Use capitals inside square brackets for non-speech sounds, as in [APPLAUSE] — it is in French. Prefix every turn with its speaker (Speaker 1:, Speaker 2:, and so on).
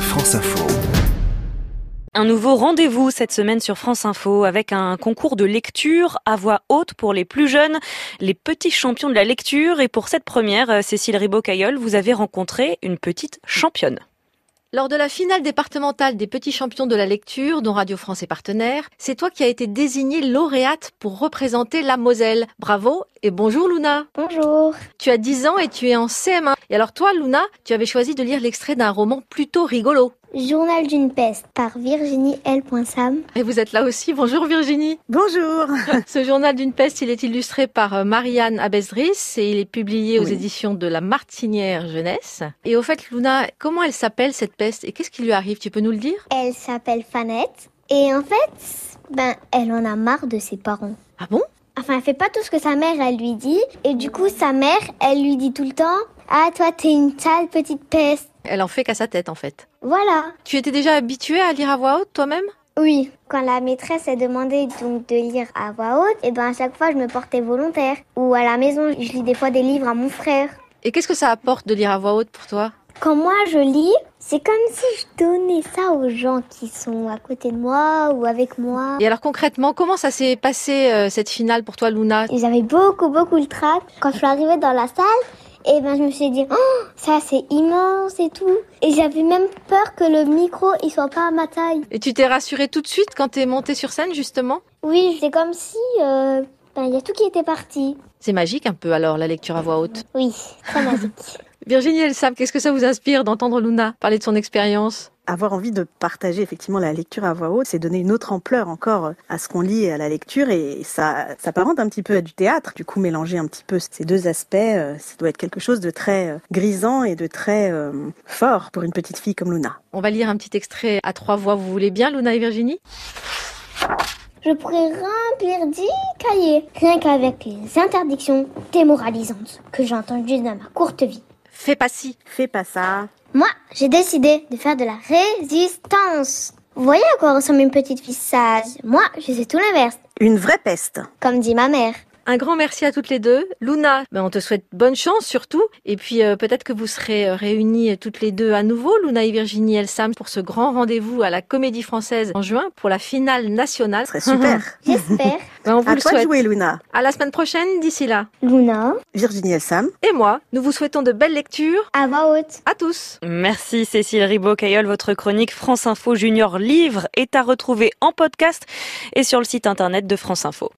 Speaker 1: France Info.
Speaker 2: Un nouveau rendez-vous cette semaine sur France Info avec un concours de lecture à voix haute pour les plus jeunes, les petits champions de la lecture. Et pour cette première, euh, Cécile Ribaud-Cayolle, vous avez rencontré une petite championne.
Speaker 3: Lors de la finale départementale des petits champions de la lecture, dont Radio France est partenaire, c'est toi qui as été désignée lauréate pour représenter la Moselle. Bravo et bonjour Luna.
Speaker 4: Bonjour.
Speaker 3: Tu as 10 ans et tu es en CM1. Et alors toi, Luna, tu avais choisi de lire l'extrait d'un roman plutôt rigolo.
Speaker 4: Journal d'une peste par Virginie L.Sam.
Speaker 3: Et vous êtes là aussi. Bonjour Virginie.
Speaker 5: Bonjour.
Speaker 3: [LAUGHS] Ce journal d'une peste, il est illustré par euh, Marianne Abesdris et il est publié aux
Speaker 5: Oui.
Speaker 3: éditions de La Martinière Jeunesse. Et au fait, Luna, comment elle s'appelle cette peste et qu'est-ce qui lui arrive Tu peux nous le dire
Speaker 4: Elle s'appelle Fanette. Et en fait, ben, elle en a marre de ses parents.
Speaker 3: Ah bon
Speaker 4: Enfin, elle fait pas tout ce que sa mère, elle lui dit. Et du coup, sa mère, elle lui dit tout le temps Ah, toi, t'es une sale petite peste.
Speaker 3: Elle en fait qu'à sa tête en fait.
Speaker 4: Voilà.
Speaker 3: Tu étais déjà habituée à lire à voix haute toi-même
Speaker 4: Oui. Quand la maîtresse a demandé donc de lire à voix haute, et ben à chaque fois, je me portais volontaire. Ou à la maison, je lis des fois des livres à mon frère.
Speaker 3: Et qu'est-ce que ça apporte de lire à voix haute pour toi
Speaker 4: Quand moi je lis, c'est comme si je donnais ça aux gens qui sont à côté de moi ou avec moi.
Speaker 3: Et alors concrètement, comment ça s'est passé euh, cette finale pour toi, Luna
Speaker 4: Ils avaient beaucoup, beaucoup le trac. Quand je suis arrivée dans la salle, et ben, je me suis dit, oh, ça c'est immense et tout. Et j'avais même peur que le micro, il soit pas à ma taille.
Speaker 3: Et tu t'es rassurée tout de suite quand t'es montée sur scène justement
Speaker 4: Oui, c'est comme si, euh, ben, il y a tout qui était parti.
Speaker 3: C'est magique un peu alors la lecture à voix haute.
Speaker 4: Oui, très magique.
Speaker 3: Virginie Elsam, qu'est-ce que ça vous inspire d'entendre Luna parler de son expérience
Speaker 5: Avoir envie de partager effectivement la lecture à voix haute, c'est donner une autre ampleur encore à ce qu'on lit et à la lecture et ça s'apparente un petit peu à du théâtre. Du coup, mélanger un petit peu ces deux aspects, euh, ça doit être quelque chose de très euh, grisant et de très euh, fort pour une petite fille comme Luna.
Speaker 3: On va lire un petit extrait à trois voix, vous voulez bien Luna et Virginie
Speaker 4: Je pourrais remplir 10 cahiers, rien qu'avec les interdictions démoralisantes que j'ai entendues dans ma courte vie.
Speaker 3: Fais pas si
Speaker 5: Fais pas ça.
Speaker 4: Moi, j'ai décidé de faire de la résistance. Vous voyez à quoi ressemble une petite fille sage Moi, je sais tout l'inverse,
Speaker 5: Une vraie peste.
Speaker 4: comme dit ma mère.
Speaker 3: Un grand merci à toutes les deux. Luna, ben, on te souhaite bonne chance surtout. Et puis euh, peut-être que vous serez euh, réunies toutes les deux à nouveau, Luna et Virginie Elsam, pour ce grand rendez-vous à la Comédie Française en juin pour la finale nationale.
Speaker 5: Ce serait super.
Speaker 4: J'espère.
Speaker 3: [LAUGHS] Ben, on vous
Speaker 5: à
Speaker 3: le
Speaker 5: toi de
Speaker 3: souhaite.
Speaker 5: jouer, Luna.
Speaker 3: À la semaine prochaine, d'ici là.
Speaker 4: Luna,
Speaker 5: Virginie Elsam.
Speaker 3: Et moi, nous vous souhaitons de belles lectures
Speaker 4: à voix haute.
Speaker 3: à tous.
Speaker 2: Merci Cécile Ribaud-Cayolle. Votre chronique France Info Junior Livre est à retrouver en podcast et sur le site internet de France Info.